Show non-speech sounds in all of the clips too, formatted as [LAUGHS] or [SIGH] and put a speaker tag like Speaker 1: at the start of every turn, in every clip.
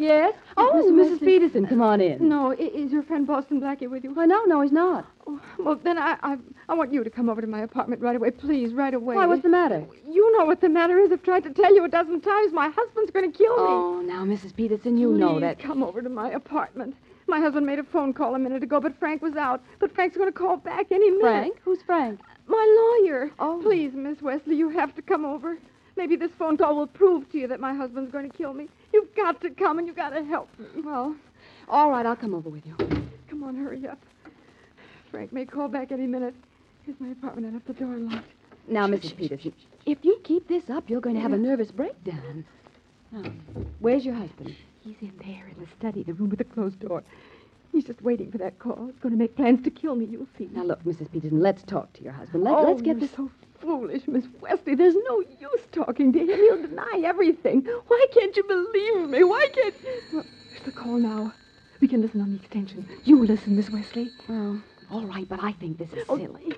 Speaker 1: Yes?
Speaker 2: Oh,
Speaker 1: Mr. and Mrs.
Speaker 2: Mrs.
Speaker 1: Peterson, come on in.
Speaker 2: No, i- is your friend Boston Blackie with you?
Speaker 1: Why, no, no, he's not.
Speaker 2: Oh, well, then I, I I want you to come over to my apartment right away, please, right away.
Speaker 1: Why, what's the matter?
Speaker 2: You know what the matter is. I've tried to tell you a dozen times. My husband's going to kill me.
Speaker 1: Oh, now, Mrs. Peterson, you
Speaker 2: Please
Speaker 1: know that.
Speaker 2: Come over to my apartment. My husband made a phone call a minute ago, but Frank was out. But Frank's going to call back any minute.
Speaker 1: Frank? Who's Frank?
Speaker 2: My lawyer.
Speaker 1: Oh.
Speaker 2: Please, Miss Wesley, you have to come over. Maybe this phone call will prove to you that my husband's going to kill me. You've got to come and you've got to help me.
Speaker 1: Well, all right, I'll come over with you.
Speaker 2: Come on, hurry up. Frank may call back any minute. Here's my apartment. I left the door locked.
Speaker 1: Now, Mrs. Peterson, if you keep this up, you're going to have a nervous breakdown. Now, where's your husband?
Speaker 2: He's in there in the study, the room with the closed door. He's just waiting for that call. He's going to make plans to kill me, you'll see.
Speaker 1: Now, look, Mrs. Peterson, let's talk to your husband. Let,
Speaker 2: oh,
Speaker 1: let's get
Speaker 2: you're
Speaker 1: this.
Speaker 2: so foolish, Miss Wesley. There's no use talking to him. He'll deny everything. Why can't you believe me? Why can't... Well, there's the call now. We can listen on the extension. You listen, Miss Wesley.
Speaker 1: Well, all right, but I think this is silly.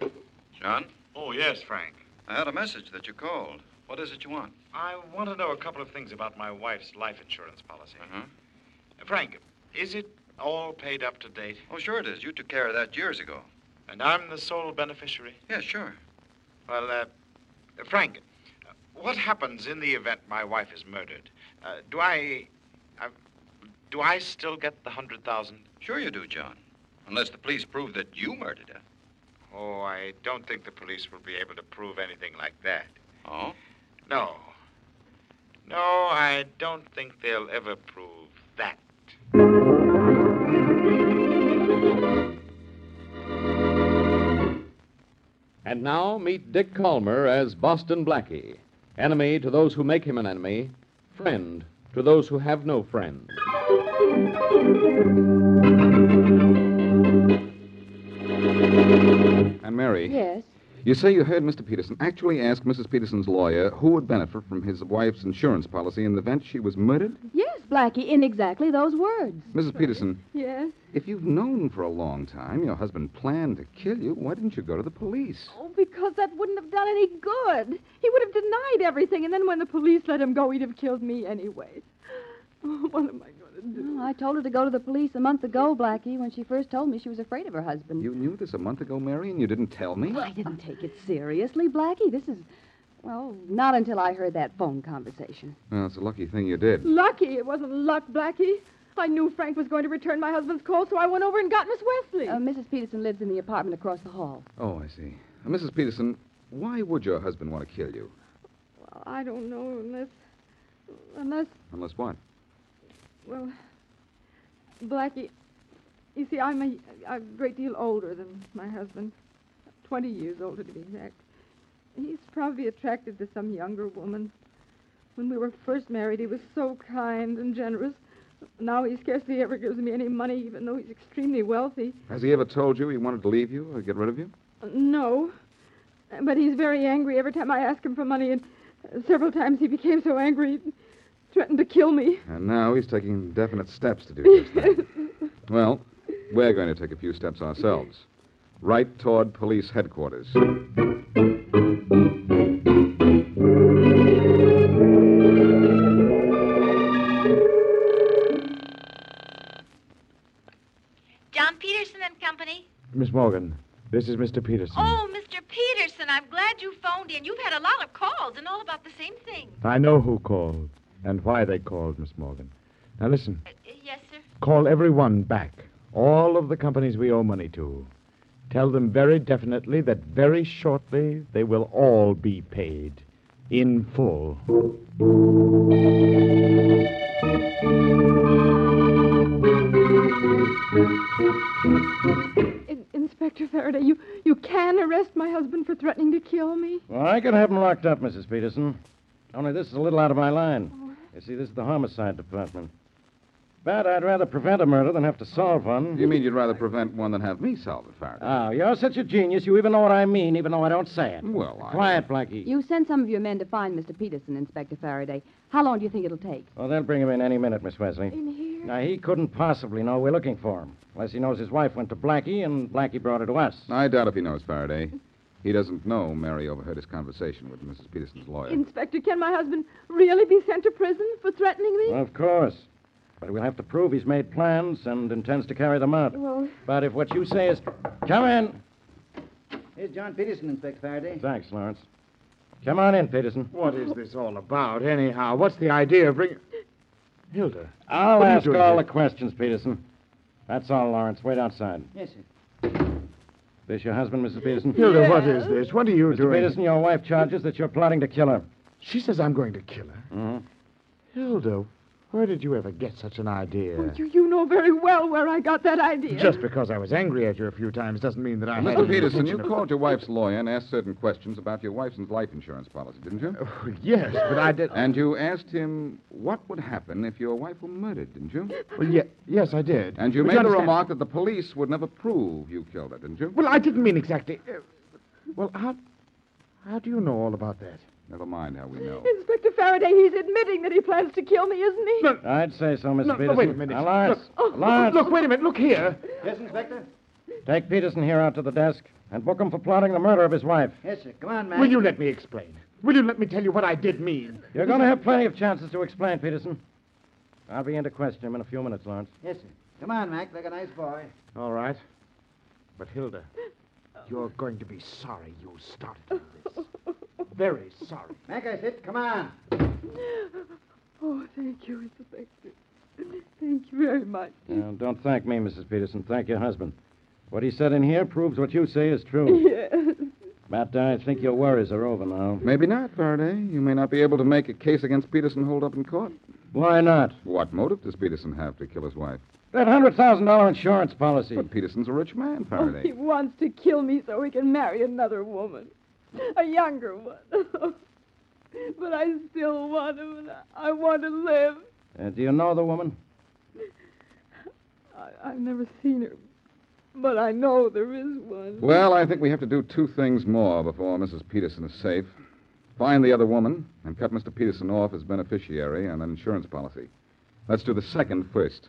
Speaker 3: John,
Speaker 4: Oh, yes, Frank.
Speaker 3: I had a message that you called. What is it you want?
Speaker 4: I want to know a couple of things about my wife's life insurance policy.
Speaker 3: Uh-huh.
Speaker 4: Frank, is it all paid up to date?
Speaker 3: Oh, sure it is. You took care of that years ago.
Speaker 4: And I'm the sole beneficiary?
Speaker 3: Yeah, sure.
Speaker 4: Well, uh, Frank, uh, what happens in the event my wife is murdered? Uh, do I. Uh, do I still get the 100000
Speaker 3: Sure you do, John. Unless the police prove that you murdered her.
Speaker 4: Oh, I don't think the police will be able to prove anything like that.
Speaker 3: Oh?
Speaker 4: No. No, I don't think they'll ever prove that.
Speaker 5: And now meet Dick Calmer as Boston Blackie, enemy to those who make him an enemy, friend to those who have no friend.
Speaker 6: And Mary,
Speaker 1: Yes.
Speaker 6: you say you heard Mr. Peterson actually ask Mrs. Peterson's lawyer who would benefit from his wife's insurance policy in the event she was murdered?
Speaker 1: Yes, Blackie, in exactly those words.
Speaker 6: Mrs. Peterson,
Speaker 2: Yes?
Speaker 6: if you've known for a long time your husband planned to kill you, why didn't you go to the police?
Speaker 2: Oh, because that wouldn't have done any good. He would have denied everything, and then when the police let him go, he'd have killed me anyway. [LAUGHS] Oh, what am I going to do?
Speaker 1: Well, I told her to go to the police a month ago, Blackie, when she first told me she was afraid of her husband.
Speaker 6: You knew this a month ago, Mary, and you didn't tell me?
Speaker 1: I didn't take it seriously, Blackie. This is, well, not until I heard that phone conversation.
Speaker 6: Well, it's a lucky thing you did.
Speaker 2: Lucky. It wasn't luck, Blackie. I knew Frank was going to return my husband's call, so I went over and got Miss Wesley.
Speaker 1: Uh, Mrs. Peterson lives in the apartment across the hall.
Speaker 6: Oh, I see. Mrs. Peterson, why would your husband want to kill you?
Speaker 2: well, I don't know unless. Unless.
Speaker 6: Unless what?
Speaker 2: Well. Blackie. You see, I'm a, a great deal older than my husband. Twenty years older, to be exact. He's probably attracted to some younger woman. When we were first married, he was so kind and generous. Now he scarcely ever gives me any money, even though he's extremely wealthy.
Speaker 6: Has he ever told you he wanted to leave you or get rid of you?
Speaker 2: Uh, No. Uh, But he's very angry every time I ask him for money, and uh, several times he became so angry he threatened to kill me.
Speaker 6: And now he's taking definite steps to do just that. well, we're going to take a few steps ourselves. Right toward police headquarters.
Speaker 7: John Peterson and Company.
Speaker 8: Miss Morgan, this is Mr. Peterson.
Speaker 7: Oh, Mr. Peterson, I'm glad you phoned in. You've had a lot of calls and all about the same thing.
Speaker 8: I know who called and why they called, Miss Morgan. Now listen,
Speaker 7: Uh, uh, yes, sir.
Speaker 8: call everyone back. All of the companies we owe money to. Tell them very definitely that very shortly they will all be paid. In full.
Speaker 2: In- Inspector Faraday, you, you can arrest my husband for threatening to kill me.
Speaker 8: Well, I could have them locked up, Mrs. Peterson. Only this is a little out of my line. You see, this is the homicide department.
Speaker 6: But I'd rather prevent a murder than have to solve one.
Speaker 9: You mean you'd rather prevent one than have me solve it, Faraday?
Speaker 10: Uh,
Speaker 6: Oh, you're such a genius, you even know what I mean, even though I don't say it.
Speaker 9: Well, I-
Speaker 6: Quiet, Blackie.
Speaker 1: You send some of your men to find Mr. Peterson, Inspector Faraday. How long do you think it'll take?
Speaker 6: Well, they'll bring him in any minute, Miss Wesley. In here? Now, he couldn't possibly know we're looking for him, unless he knows his wife went to Blackie and Blackie brought her to us.
Speaker 9: I doubt if he knows Faraday. He doesn't know Mary overheard his conversation with Mrs. Peterson's lawyer.
Speaker 2: Inspector, can my husband really be sent to prison for threatening me?
Speaker 6: Of course. But we'll have to prove he's made plans and intends to carry them out.
Speaker 2: Well-
Speaker 6: But if what you say is. Come in.
Speaker 10: Here's John Peterson, Inspector Faraday.
Speaker 6: Thanks, Lawrence. Come on in, Peterson.
Speaker 11: What is this all about, anyhow? What's the idea of bringing. Hilda.
Speaker 6: I'll
Speaker 11: What are you
Speaker 6: ask
Speaker 11: doing
Speaker 6: all
Speaker 11: here?
Speaker 6: the questions, Peterson. That's all, Lawrence. Wait outside.
Speaker 10: Yes, sir.
Speaker 6: This your husband, Mrs. Peterson?
Speaker 11: Hilda, what is this? What are you
Speaker 6: Mr.
Speaker 11: doing?
Speaker 6: Peterson, your wife charges that you're plotting to kill her.
Speaker 11: She says I'm going to kill her.
Speaker 9: Mm-hmm.
Speaker 6: Mhm.
Speaker 11: Hilda, where did you ever get such an idea?
Speaker 2: Well, you, you know very well where I got that idea.
Speaker 11: Just because I was angry at you a few times doesn't mean that I had
Speaker 9: Mr.
Speaker 11: any
Speaker 9: Peterson, you
Speaker 11: intention of-
Speaker 9: called your wife's lawyer and asked certain questions about your wife's life insurance policy, didn't you?
Speaker 11: Oh, yes, but I did.
Speaker 9: And you asked him what would happen if your wife were murdered, didn't you?
Speaker 11: Well, ye- yes, I did.
Speaker 9: And you
Speaker 11: But
Speaker 9: made the
Speaker 11: understand-
Speaker 9: remark that the police would never prove you killed her, didn't you?
Speaker 11: Well, I didn't mean exactly. uh, well, how, how do you know all about that?
Speaker 9: Never mind how we know.
Speaker 2: Inspector Faraday, he's admitting that he plans to kill me, isn't he?
Speaker 11: No.
Speaker 6: I'd say so, Mrs.
Speaker 11: No,
Speaker 6: Peterson.
Speaker 11: no, wait a minute.
Speaker 6: Now, Lawrence.
Speaker 2: Oh,
Speaker 11: Look, oh,
Speaker 6: Lawrence.
Speaker 11: look, wait a minute. Look here.
Speaker 10: Yes, Inspector?
Speaker 6: Take Peterson here out to the desk and book him for plotting the murder of his wife.
Speaker 10: Yes, sir. Come on, man.
Speaker 11: Will you let me explain? Will you let me tell you what I did mean?
Speaker 6: You're going to have plenty of chances to explain, Peterson. I'll be in to question him in a few minutes, Lawrence.
Speaker 10: Yes, sir. Come on, Mac, like a nice boy.
Speaker 11: All right. But, Hilda, you're going to be sorry you started all this. Very sorry.
Speaker 10: Mac, I said, come on.
Speaker 2: Oh, thank you, Inspector. Thank you very much.
Speaker 6: Now, Uh, don't thank me, Mrs. Peterson. Thank your husband. What he said in here proves what you say
Speaker 2: [LAUGHS]
Speaker 6: is true.
Speaker 2: Yes.
Speaker 6: But I think your worries are over now.
Speaker 9: Maybe not, Faraday. You may not be able to make a case against Peterson hold up in court.
Speaker 6: Why not?
Speaker 9: What motive does Peterson have to kill his wife?
Speaker 6: That $100,000 insurance policy.
Speaker 9: But Peterson's a rich man,
Speaker 2: Oh, he
Speaker 9: Faraday.
Speaker 2: wants to kill me so he can marry another woman, a younger one. [LAUGHS] but I still want him, and I- I want to live.
Speaker 6: Uh, do you know the woman?
Speaker 2: I, I've never seen her, but I know there is one.
Speaker 9: Well, I think we have to do two things more before Mrs. Peterson is safe. Find the other woman and cut Mr. Peterson off as beneficiary on an insurance policy. Let's do the second first.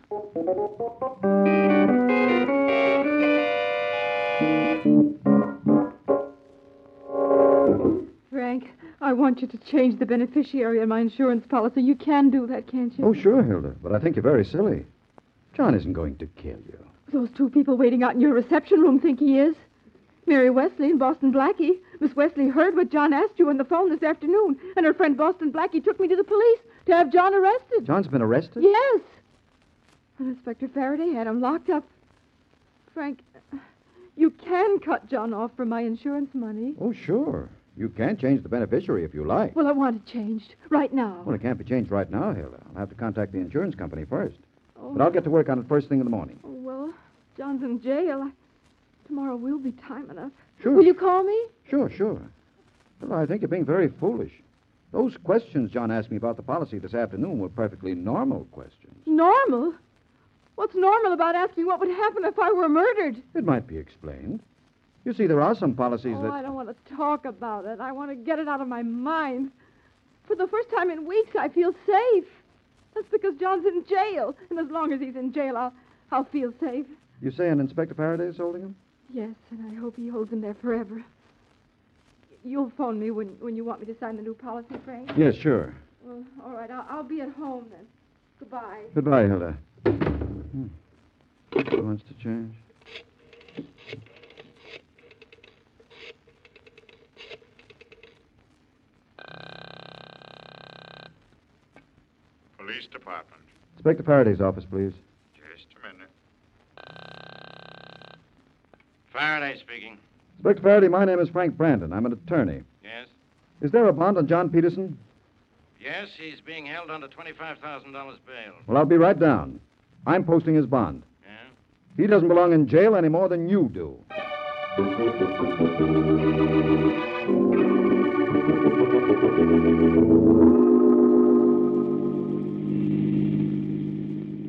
Speaker 2: Frank, I want you to change the beneficiary on my insurance policy. You can do that, can't you?
Speaker 12: Oh, sure, Hilda, but I think you're very silly. John isn't going to kill you.
Speaker 2: Those two people waiting out in your reception room think he is. Mary Wesley and Boston Blackie. Miss Wesley heard what John asked you on the phone this afternoon, and her friend Boston Blackie took me to the police to have John arrested.
Speaker 12: John's been arrested?
Speaker 2: Yes. And Inspector Faraday had him locked up. Frank, you can cut John off from my insurance money.
Speaker 12: Oh, sure. You can change the beneficiary if you like.
Speaker 2: Well, I want it changed right now.
Speaker 12: Well, it can't be changed right now, Hilda. I'll have to contact the insurance company first.
Speaker 2: oh,
Speaker 12: But I'll get to work on it first thing in the morning.
Speaker 2: oh, well, John's in jail. I, tomorrow will be time enough.
Speaker 12: Sure.
Speaker 2: Will you call me?
Speaker 12: Sure, sure. Hilda, I think you're being very foolish. Those questions John asked me about the policy this afternoon were perfectly normal questions.
Speaker 2: Normal? What's normal about asking what would happen if I were murdered?
Speaker 12: It might be explained. You see, there are some policies
Speaker 2: oh,
Speaker 12: that.
Speaker 2: I don't want to talk about it. I want to get it out of my mind. For the first time in weeks, I feel safe. That's because John's in jail. And as long as he's in jail, I'll, I'll feel safe.
Speaker 12: You say an Inspector Faraday is holding him?
Speaker 2: Yes, and I hope he holds him there forever. You'll phone me when, when you want me to sign the new policy, Frank?
Speaker 12: Yes, sure.
Speaker 2: Well, Mm, all right. I'll, I'll be at home then. Goodbye.
Speaker 12: Goodbye, Hilda. Hmm. Who wants to change?
Speaker 4: Police Department.
Speaker 12: Inspector Faraday's office, please.
Speaker 4: Just a minute. Faraday speaking.
Speaker 12: Inspector Faraday, my name is Frank Brandon. I'm an attorney.
Speaker 13: Yes?
Speaker 12: Is there a bond on John Peterson?
Speaker 13: Yes, he's being held under $25,000 bail.
Speaker 12: Well, I'll be right down. I'm posting his bond.
Speaker 13: Yeah?
Speaker 12: He doesn't belong in jail any more than you do.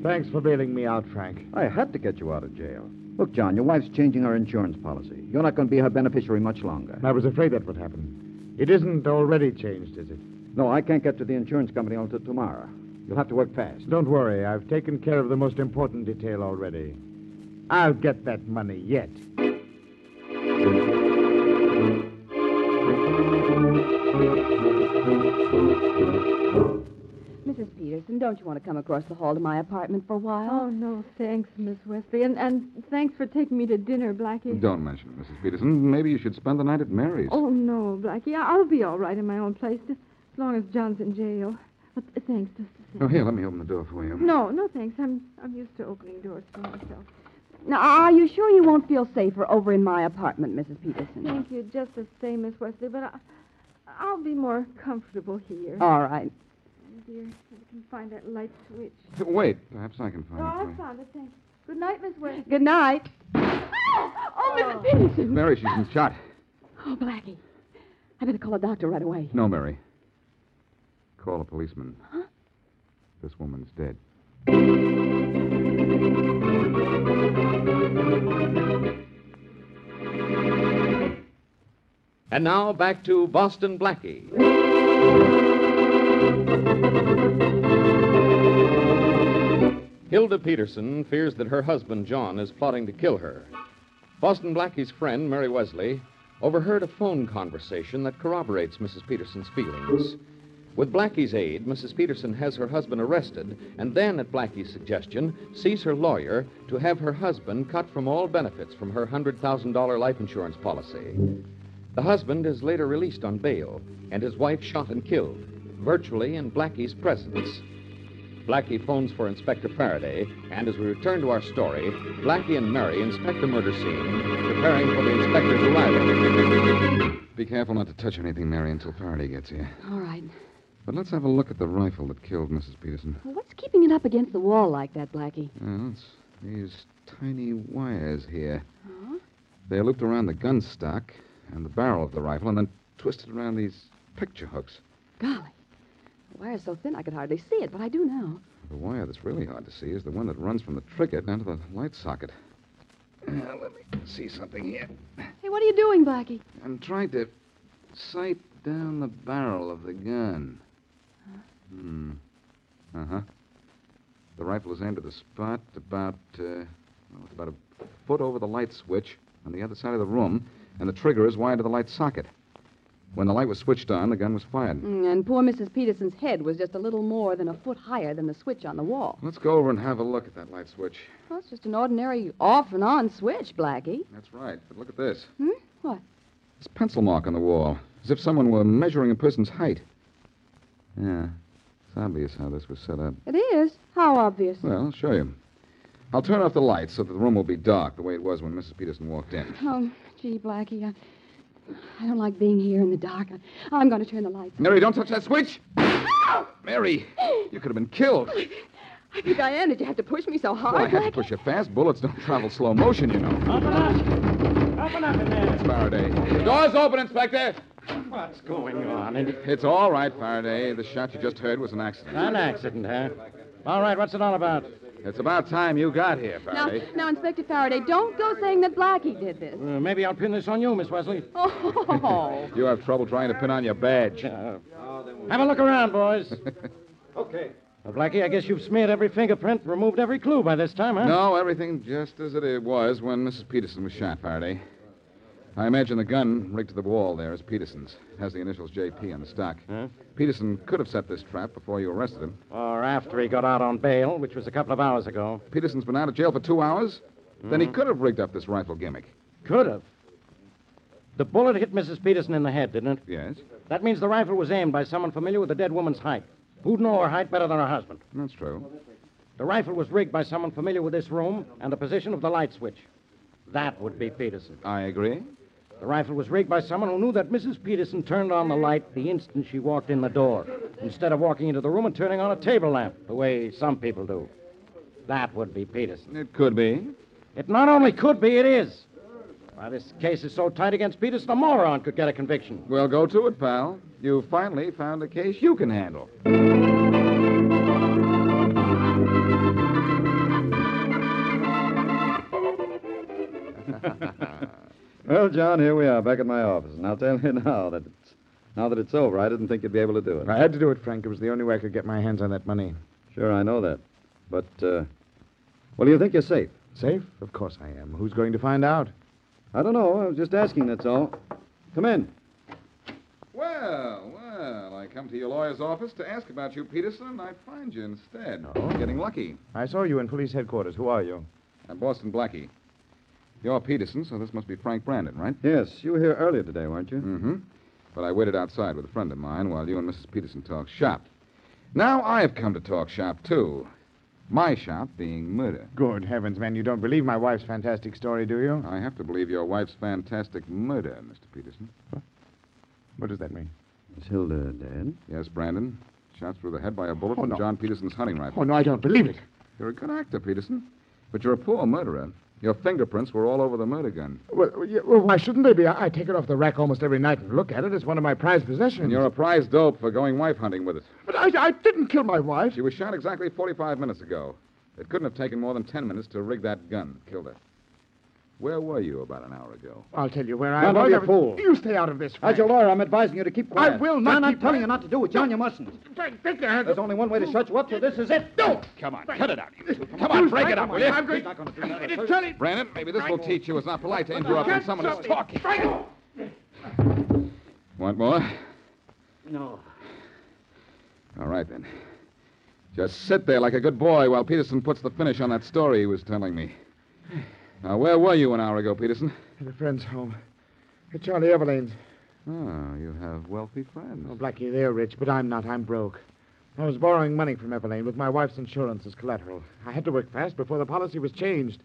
Speaker 14: Thanks for bailing me out, Frank.
Speaker 15: I had to get you out of jail. Look, John, your wife's changing her insurance policy. You're not going to be her beneficiary much longer.
Speaker 14: I was afraid that would happen. It isn't already changed, is it?
Speaker 15: No, I can't get to the insurance company until tomorrow. You'll have to work fast.
Speaker 14: Don't worry. I've taken care of the most important detail already. I'll get that money yet.
Speaker 1: Mrs. Peterson, don't you want to come across the hall to my apartment for a while?
Speaker 2: Oh, no, thanks, Miss Wesley. And, and thanks for taking me to dinner, Blackie.
Speaker 9: Don't mention it, Mrs. Peterson. Maybe you should spend the night at Mary's.
Speaker 2: Oh, no, Blackie. I- I'll be all right in my own place, as long as John's in jail. But th- thanks. just the same.
Speaker 9: Oh, here, let me open the door for you.
Speaker 2: No, no, thanks. I'm, I'm used to opening doors for myself.
Speaker 1: Now, are you sure you won't feel safer over in my apartment, Mrs. Peterson?
Speaker 2: Thank you just the same, Miss Wesley, but I, I'll be more comfortable here.
Speaker 1: All right.
Speaker 2: Dear, if I can find that light switch.
Speaker 9: Wait, perhaps I can
Speaker 2: Oh,
Speaker 9: find it.
Speaker 2: I found it, thanks. Good night, Miss Wesley.
Speaker 1: Good night.
Speaker 2: Oh, Mrs.
Speaker 9: for you. Mary, she's been shot.
Speaker 1: Oh, [LAUGHS] Blackie. I better call a doctor right away.
Speaker 9: No, Mary. Call a policeman. Huh? This woman's dead.
Speaker 16: And now back to Boston Blackie. Hilda Peterson fears that her husband, John, is plotting to kill her. Boston Blackie's friend, Mary Wesley, overheard a phone conversation that corroborates Mrs. Peterson's feelings. With Blackie's aid, Mrs. Peterson has her husband arrested and then, at Blackie's suggestion, sees her lawyer to have her husband cut from all benefits from her $100,000 life insurance policy. The husband is later released on bail and his wife shot and killed, virtually in Blackie's presence. Blackie phones for Inspector Faraday, and as we return to our story, Blackie and Mary inspect the murder scene, preparing for the inspector's arrival.
Speaker 9: Be careful not to touch anything, Mary, until Faraday gets here.
Speaker 1: All right.
Speaker 9: But let's have a look at the rifle that killed Mrs. Peterson.
Speaker 1: Well, what's keeping it up against the wall like that, Blackie?
Speaker 9: Well, it's these tiny wires here.
Speaker 1: Huh?
Speaker 9: They're looped around the gun stock and the barrel of the rifle and then twisted around these picture hooks.
Speaker 1: Golly. The wire's so thin I could hardly see it, but I do now.
Speaker 9: The wire that's really hard to see is the one that runs from the trigger down to the light socket. Uh, let me see something here.
Speaker 1: Hey, what are you doing, Blackie?
Speaker 9: I'm trying to sight down the barrel of the gun. Hmm. Uh huh. The rifle is aimed at the spot about, uh, well, it's about a foot over the light switch on the other side of the room, and the trigger is wired to the light socket. When the light was switched on, the gun was fired.
Speaker 1: Mm, and poor Mrs. Peterson's head was just a little more than a foot higher than the switch on the wall.
Speaker 9: Let's go over and have a look at that light switch.
Speaker 1: Well, it's just an ordinary off and on switch, Blackie.
Speaker 9: That's right, but look at this.
Speaker 1: Hmm? What?
Speaker 9: This pencil mark on the wall, as if someone were measuring a person's height. Yeah, it's obvious how this was set up.
Speaker 1: It is. How obvious.
Speaker 9: Well, I'll show you. I'll turn off the lights so that the room will be dark, the way it was when Mrs. Peterson walked in.
Speaker 1: Oh, gee, Blackie, I, I don't like being here in the dark. I, am going to turn the lights.
Speaker 9: Mary, don't touch that switch! Mary, you could have been killed.
Speaker 1: I think I am. Did you have to push me so
Speaker 9: Well, I
Speaker 1: hard,
Speaker 9: had to push you fast. Bullets don't travel slow motion, you know.
Speaker 6: Open up! Open up in there!
Speaker 9: Faraday. The door's open, Inspector.
Speaker 6: What's going on?
Speaker 9: It's all right, Faraday. The shot you just heard was an accident.
Speaker 6: An accident, huh? All right, what's it all about?
Speaker 9: It's about time you got here,
Speaker 1: Now,
Speaker 9: Faraday.
Speaker 1: now, Inspector Faraday, don't go saying that Blackie did this.
Speaker 6: Uh, maybe I'll pin this on you, Miss Wesley.
Speaker 1: [LAUGHS] Oh.
Speaker 9: You have trouble trying to pin on your badge.
Speaker 6: Uh, have a look around, boys.
Speaker 17: Okay.
Speaker 6: Well, Blackie, I guess you've smeared every fingerprint, removed every clue by this time, huh?
Speaker 9: No, everything just as it was when Mrs. Peterson was shot, Faraday. I imagine the gun rigged to the wall there is Peterson's. It has the initials JP on the stock.
Speaker 6: Huh?
Speaker 9: Peterson could have set this trap before you arrested him.
Speaker 6: Or after he got out on bail, which was a couple of hours ago.
Speaker 9: Peterson's been out of jail for two hours. Then
Speaker 6: Mm-hmm.
Speaker 9: he could have rigged up this rifle gimmick.
Speaker 6: Could have. The bullet hit Mrs. Peterson in the head, didn't it?
Speaker 9: Yes,
Speaker 6: That means the rifle was aimed by someone familiar with the dead woman's height. Who'd know her height better than her husband?
Speaker 9: that's true.
Speaker 6: The rifle was rigged by someone familiar with this room and the position of the light switch. That would be Peterson.
Speaker 9: I agree.
Speaker 6: The rifle was rigged by someone who knew that Mrs. Peterson turned on the light the instant she walked in the door, instead of walking into the room and turning on a table lamp, the way some people do. That would be Peterson.
Speaker 9: It could be.
Speaker 6: It not only could be, it is. Why, this case is so tight against Peterson, a moron could get a conviction.
Speaker 9: Well, go to it, pal. You finally found a case you can handle.
Speaker 18: [LAUGHS] Well, John, here we are back at my office, and I'll tell you now that it's, now that it's over, I didn't think you'd be able to do it.
Speaker 11: I had to do it, Frank. It was the only way I could get my hands on that money.
Speaker 18: Sure, I know that, but uh, well, you think you're safe?
Speaker 11: Safe? Of course I am. Who's going to find out?
Speaker 18: I don't know. I was just asking. That's all. Come in.
Speaker 9: Well, well, I come to your lawyer's office to ask about you, Peterson, and I find you instead. Oh. Getting lucky.
Speaker 11: I saw you in police headquarters. Who are you?
Speaker 9: I'm Boston Blackie. You're Peterson, so this must be Frank Brandon, right?
Speaker 18: Yes, you were here earlier today, weren't you?
Speaker 11: Hmm.
Speaker 9: Mm-hmm. But I waited outside with a friend of mine while you and Mrs. Peterson talked shop. Now I've come to talk shop, too. My shop being murder.
Speaker 11: Good heavens, man, you don't believe my wife's fantastic story, do you?
Speaker 9: I have to believe your wife's fantastic murder, Mr. Peterson.
Speaker 11: What does that mean?
Speaker 18: Is Hilda dead?
Speaker 9: Yes, Brandon. Shot through the head by a bullet
Speaker 11: Oh,
Speaker 9: from
Speaker 11: no.
Speaker 9: John Peterson's hunting rifle.
Speaker 11: Oh, no, I don't believe it.
Speaker 9: You're a good actor, Peterson. But you're a poor murderer. Your fingerprints were all over the murder gun.
Speaker 11: Well, well, yeah, well, why shouldn't they be? I, I take it off the rack almost every night and look at it. It's one of my prized possessions.
Speaker 9: And you're a prize dope for going wife hunting with it.
Speaker 11: But I, I didn't kill my wife.
Speaker 9: She was shot exactly 45 minutes ago. It couldn't have taken more than 10 minutes to rig that gun that killed her. Where were you about an hour ago?
Speaker 11: I'll tell you where
Speaker 9: No,
Speaker 11: I
Speaker 9: no,
Speaker 11: was.
Speaker 9: you
Speaker 11: I was-
Speaker 9: fool.
Speaker 11: You stay out of this, Frank.
Speaker 18: As your lawyer, I'm advising you to keep quiet.
Speaker 11: I will not
Speaker 18: John, I'm
Speaker 11: keep
Speaker 18: telling
Speaker 11: quiet.
Speaker 18: you not to do it. John, you mustn't.
Speaker 11: Frank, take your hands
Speaker 18: There's only one way to shut you up, so this is it. No!
Speaker 9: Come on,
Speaker 18: Frank.
Speaker 9: cut it out. you two. Come
Speaker 11: You
Speaker 9: on, break
Speaker 11: Frank,
Speaker 9: it up, will
Speaker 11: I'm
Speaker 9: you?
Speaker 11: going-
Speaker 18: He's not going to do
Speaker 11: I
Speaker 18: nothing.
Speaker 11: didn't tell him.
Speaker 9: Brandon, maybe this will teach you it's not polite to interrupt when
Speaker 11: Can't
Speaker 9: someone
Speaker 11: stop
Speaker 9: is
Speaker 11: me.
Speaker 9: talking.
Speaker 11: Frank!
Speaker 9: Want more?
Speaker 19: No.
Speaker 9: All right, then. Just sit there like a good boy while Peterson puts the finish on that story he was telling me. Now, where were you an hour ago, Peterson?
Speaker 11: At a friend's home. At Charlie Everlane's.
Speaker 9: Oh, you have wealthy friends.
Speaker 11: Oh, Blackie, they're rich, but I'm not. I'm broke. I was borrowing money from Evelyn with my wife's insurance as collateral. I had to work fast before the policy was changed.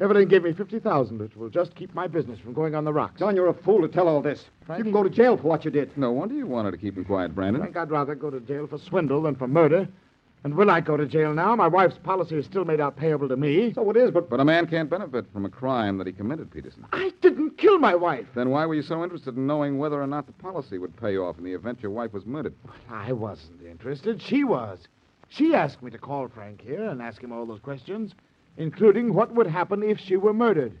Speaker 11: Evelyn gave me 50000 which will just keep my business from going on the rocks.
Speaker 18: John, you're a fool to tell all this. You can go to jail for what you did.
Speaker 9: No wonder you wanted to keep him quiet, Brandon.
Speaker 11: Frank, I'd rather go to jail for swindle than for murder. And will I go to jail now? My wife's policy is still made out payable to me.
Speaker 18: So it is, but
Speaker 9: But a man can't benefit from a crime that he committed, Peterson.
Speaker 11: I didn't kill my wife.
Speaker 9: Then why were you so interested in knowing whether or not the policy would pay off in the event your wife was murdered?
Speaker 11: I wasn't interested. She was. She asked me to call Frank here and ask him all those questions, including what would happen if she were murdered.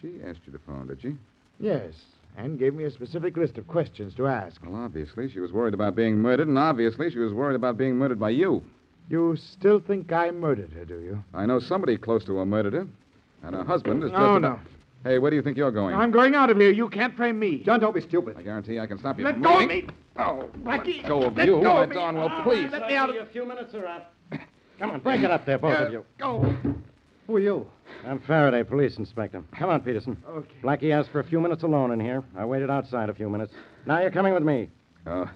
Speaker 9: She asked you to phone, did she?
Speaker 11: Yes, and gave me a specific list of questions to ask.
Speaker 9: Well, obviously, she was worried about being murdered, and obviously, she was worried about being murdered by you.
Speaker 11: You still think I murdered her, do you?
Speaker 9: I know somebody close to her murdered her, and her husband is just.
Speaker 11: No,
Speaker 9: about- Hey, where do you think you're going?
Speaker 11: I'm going out of here. You can't frame me.
Speaker 18: John, don't be stupid.
Speaker 9: I guarantee I can stop you.
Speaker 11: Let
Speaker 9: from
Speaker 11: go of
Speaker 9: moving.
Speaker 11: me.
Speaker 9: Oh,
Speaker 11: Blackie,
Speaker 9: let go of
Speaker 11: let
Speaker 9: you,
Speaker 11: go
Speaker 9: my
Speaker 11: of me.
Speaker 9: darn well,
Speaker 11: Ah,
Speaker 9: please.
Speaker 11: let me out of-
Speaker 6: A few minutes are up. [COUGHS] Come on, break it up there, both of you.
Speaker 9: Go.
Speaker 18: Who are you?
Speaker 6: I'm Faraday, police inspector. Come on, Peterson.
Speaker 11: Okay.
Speaker 6: Blackie asked for a few minutes alone in here. I waited outside a few minutes. Now you're coming with me.
Speaker 9: Oh,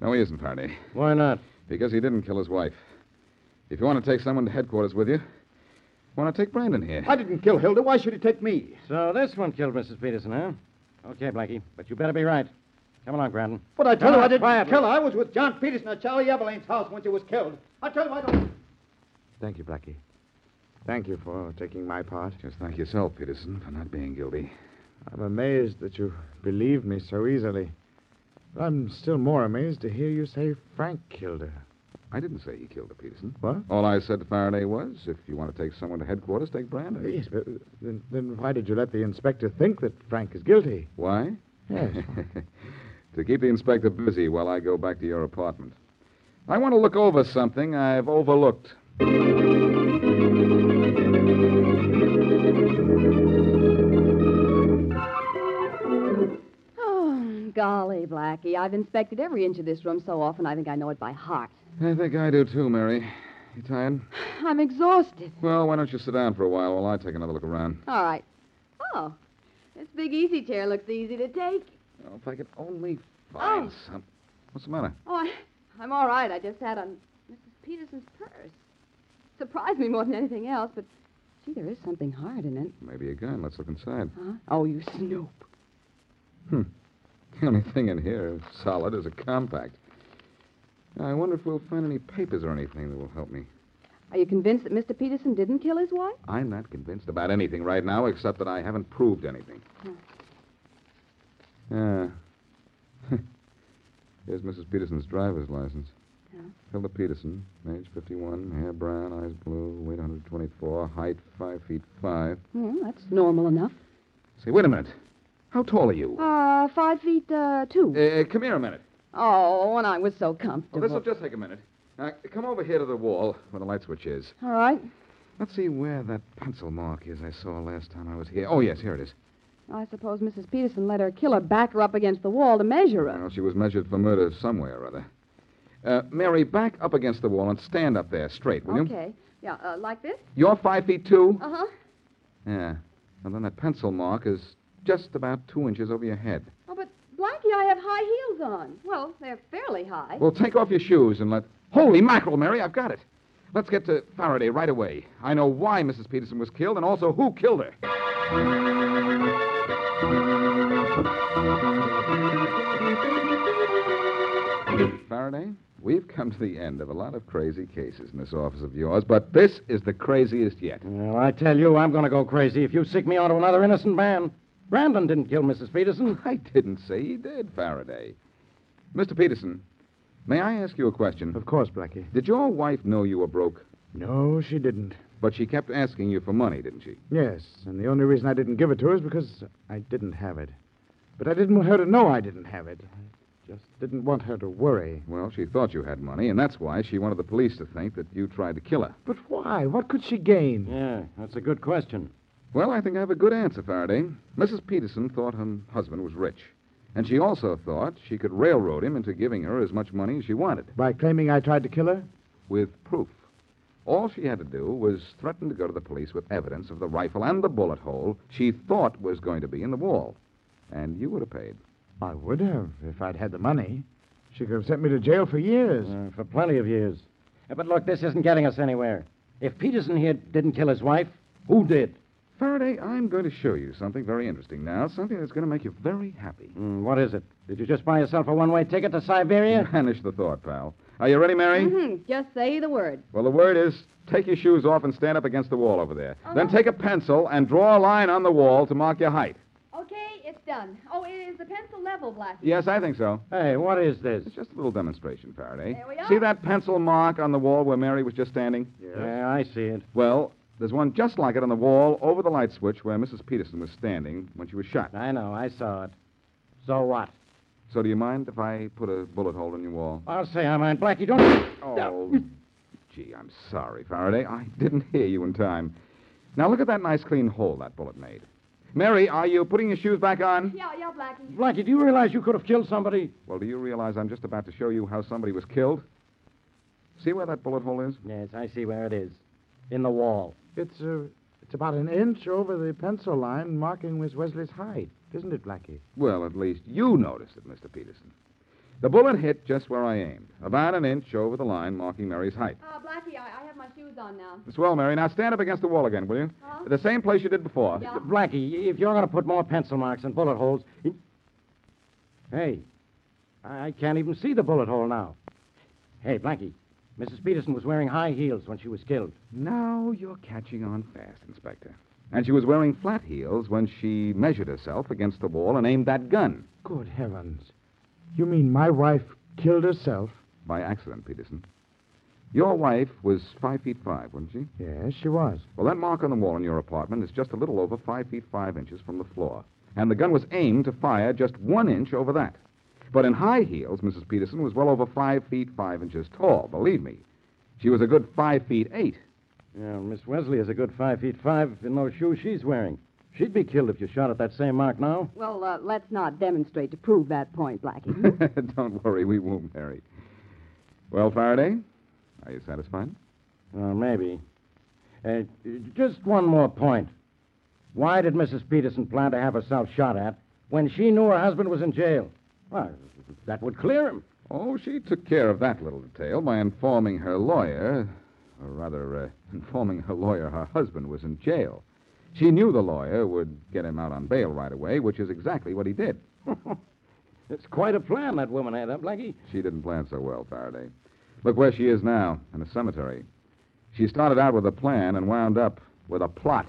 Speaker 9: no, he isn't, Faraday,
Speaker 6: Why not?
Speaker 9: because he didn't kill his wife. If you want to take someone to headquarters with you, why not take Brandon here?
Speaker 18: I didn't kill Hilda. Why should he take me?
Speaker 6: So this one killed Mrs. Peterson, huh? Okay, Blackie, but you better be right. Come along, Brandon.
Speaker 18: But I tell
Speaker 6: Come
Speaker 18: you,
Speaker 6: on,
Speaker 18: I didn't
Speaker 6: quietly.
Speaker 18: kill her. I was with John Peterson at Charlie Everlane's house when she was killed. I tell you, I don't.
Speaker 11: Thank you, Blackie. Thank you for taking my part.
Speaker 9: Just thank yourself, Peterson, for not being guilty.
Speaker 11: I'm amazed that you believe me so easily. But I'm still more amazed to hear you say Frank killed her.
Speaker 9: I didn't say he killed her, Peterson.
Speaker 11: What?
Speaker 9: All I said to Faraday was, if you want to take someone to headquarters, take Brandon.
Speaker 11: Yes, but uh, then, then why did you let the inspector think that Frank is guilty?
Speaker 9: Why?
Speaker 11: Yes.
Speaker 9: [LAUGHS] to keep the inspector busy while I go back to your apartment. I want to look over something I've overlooked.
Speaker 1: Oh, golly, Blackie. I've inspected every inch of this room so often I think I know it by heart.
Speaker 9: I think I do too, Mary. You tired?
Speaker 1: I'm exhausted.
Speaker 9: Well, why don't you sit down for a while while I take another look around?
Speaker 1: All right. Oh, this big easy chair looks easy to take.
Speaker 9: Oh, if I could only find
Speaker 1: Oh.
Speaker 9: some. What's the matter?
Speaker 1: Oh, I, I'm all right. I just had on Mrs. Peterson's purse. Surprised me more than anything else, but gee, there is something hard in it.
Speaker 9: Maybe a gun. Let's look inside.
Speaker 1: Huh? Oh, you snoop.
Speaker 9: [LAUGHS] The only thing in here solid is a compact. I wonder if we'll find any papers or anything that will help me.
Speaker 1: Are you convinced that Mr. Peterson didn't kill his wife?
Speaker 9: I'm not convinced about anything right now, except that I haven't proved anything. Yeah. Ah. [LAUGHS] Here's Mrs. Peterson's driver's license.
Speaker 1: Yeah.
Speaker 9: Hilda Peterson, age 51, hair brown, eyes blue, weight 124, height 5 feet 5.
Speaker 1: Well, that's normal enough.
Speaker 9: Say, wait a minute. How tall are you?
Speaker 1: Uh, five feet, uh, two.
Speaker 9: Uh, come here a minute.
Speaker 1: Oh, and I was so comfortable.
Speaker 9: Well, this will just take a minute. Now, come over here to the wall where the light switch is.
Speaker 1: All right.
Speaker 9: Let's see where that pencil mark is I saw last time I was here. Oh, yes, here it is.
Speaker 1: I suppose Mrs. Peterson let her killer back her up against the wall to measure her.
Speaker 9: Well, she was measured for murder somewhere or other. Uh, Mary, back up against the wall and stand up there straight, will you?
Speaker 1: okay. Yeah, uh, like this?
Speaker 9: You're five feet two?
Speaker 1: Uh huh.
Speaker 9: Yeah. And then that pencil mark is just about two inches over your head.
Speaker 1: Oh, but Blackie, I have high heels on. Well, they're fairly high.
Speaker 9: Well, take off your shoes and let. Holy mackerel, Mary, I've got it. Let's get to Faraday right away. I know why Mrs. Peterson was killed and also who killed her. Faraday, we've come to the end of a lot of crazy cases in this office of yours, but this is the craziest yet.
Speaker 6: Well, I tell you, I'm going to go crazy if you sick me onto another innocent man. Brandon didn't kill Mrs. Peterson.
Speaker 9: I didn't say he did, Faraday. Mr. Peterson, may I ask you a question? Of
Speaker 11: course, Blackie.
Speaker 9: Did your wife know you were broke?
Speaker 11: No, she didn't.
Speaker 9: But she kept asking you for money, didn't she?
Speaker 11: Yes, and the only reason I didn't give it to her is because I didn't have it. But I didn't want her to know I didn't have it. I just didn't want her to worry.
Speaker 9: Well, she thought you had money, and that's why she wanted the police to think that you tried to kill her.
Speaker 11: But why? What could she gain?
Speaker 6: Yeah, that's a good question.
Speaker 9: Well, I think I have a good answer, Faraday. Mrs. Peterson thought her husband was rich, and she also thought she could railroad him into giving her as much money as she wanted
Speaker 11: By claiming I tried to kill her?
Speaker 9: with proof. All she had to do was threaten to go to the police with evidence of the rifle and the bullet hole she thought was going to be in the wall. And you would have paid.
Speaker 11: I would have, if I'd had the money. She could have sent me to jail for years.
Speaker 6: Uh, for plenty of years. Uh, But look, this isn't getting us anywhere. If Peterson here didn't kill his wife, who did?
Speaker 9: Faraday, I'm going to show you something very interesting now, something that's going to make you very happy.
Speaker 6: Mm, what is it? Did you just buy yourself a one way ticket to [LAUGHS] Siberia?
Speaker 9: Banish the thought, pal. Are you ready, Mary?
Speaker 11: Mm-hmm.
Speaker 1: hmm Just say the word.
Speaker 9: Well, the word is take your shoes off and stand up against the wall over there. Then
Speaker 11: Uh-huh.
Speaker 9: take a pencil and draw a line on the wall to mark your height.
Speaker 1: Okay, it's done. Oh, is the pencil level, Blackie?
Speaker 9: Yes, I think so.
Speaker 6: Hey, what is this?
Speaker 9: It's just a little demonstration, Faraday.
Speaker 1: There we are.
Speaker 9: See that pencil mark on the wall where Mary was just standing?
Speaker 6: Yeah, I see it.
Speaker 9: Well, there's one just like it on the wall over the light switch where Mrs. Peterson was standing when she was shot.
Speaker 6: I know, I saw it. So what?
Speaker 9: So do you mind if I put a bullet hole in your wall?
Speaker 6: I'll say I mind. Blackie, don't.
Speaker 9: Oh, gee, I'm sorry, Faraday. I didn't hear you in time. Now look at that nice clean hole that bullet made. Mary, are you putting your shoes back on?
Speaker 1: Yeah, yeah, Blackie.
Speaker 6: Blackie, do you realize you could have killed somebody?
Speaker 9: Well, do you realize I'm just about to show you how somebody was killed? See where that bullet hole is?
Speaker 6: Yes, I see where it is. In the wall.
Speaker 11: It's, uh, it's about an inch over the pencil line marking Miss Wesley's height, isn't it, Blackie?
Speaker 9: Well, at least you noticed it, Mr. Peterson. The bullet hit just where I aimed, about an inch over the line marking Mary's height.
Speaker 1: Uh, Blackie, I, I have my shoes on now.
Speaker 9: It's well, Mary. Now stand up against the wall again, will you?
Speaker 1: Huh?
Speaker 9: The same place you did before.
Speaker 1: Yeah.
Speaker 6: Blackie, if you're going to put more pencil marks and bullet holes. in- Hey, I I can't even see the bullet hole now. Hey, Blackie, Mrs. Peterson was wearing high heels when she was killed.
Speaker 9: Now you're catching on fast, Inspector. And she was wearing flat heels when she measured herself against the wall and aimed that gun.
Speaker 11: Good heavens. You mean my wife killed herself?
Speaker 9: By accident, Peterson. Your wife was five feet five, wasn't she?
Speaker 11: Yes, she was.
Speaker 9: Well, that mark on the wall in your apartment is just a little over five feet five inches from the floor. And the gun was aimed to fire just one inch over that. But in high heels, Mrs. Peterson was well over five feet five inches tall, believe me. She was a good five feet eight. [LAUGHS]
Speaker 6: Yeah, Miss Wesley is a good five feet five in those shoes she's wearing. She'd be killed if you shot at that same mark now.
Speaker 1: Well, uh, let's not demonstrate to prove that point,
Speaker 9: [LAUGHS]
Speaker 1: Blackie.
Speaker 9: Don't worry, we won't, Mary. Well, Faraday, are you satisfied?
Speaker 6: Uh, maybe. Uh, just one more point. Why did Mrs. Peterson plan to have herself shot at when she knew her husband was in jail? Well, that would clear him.
Speaker 9: Oh, she took care of that little detail by informing her lawyer, or rather, uh, [LAUGHS] informing her lawyer her husband was in jail. She knew the lawyer would get him out on bail right away, which is exactly what he did.
Speaker 6: It's quite a plan that woman had, huh, Blackie?
Speaker 9: She didn't plan so well, Faraday. Look where she is now, in a cemetery. She started out with a plan and wound up with a plot.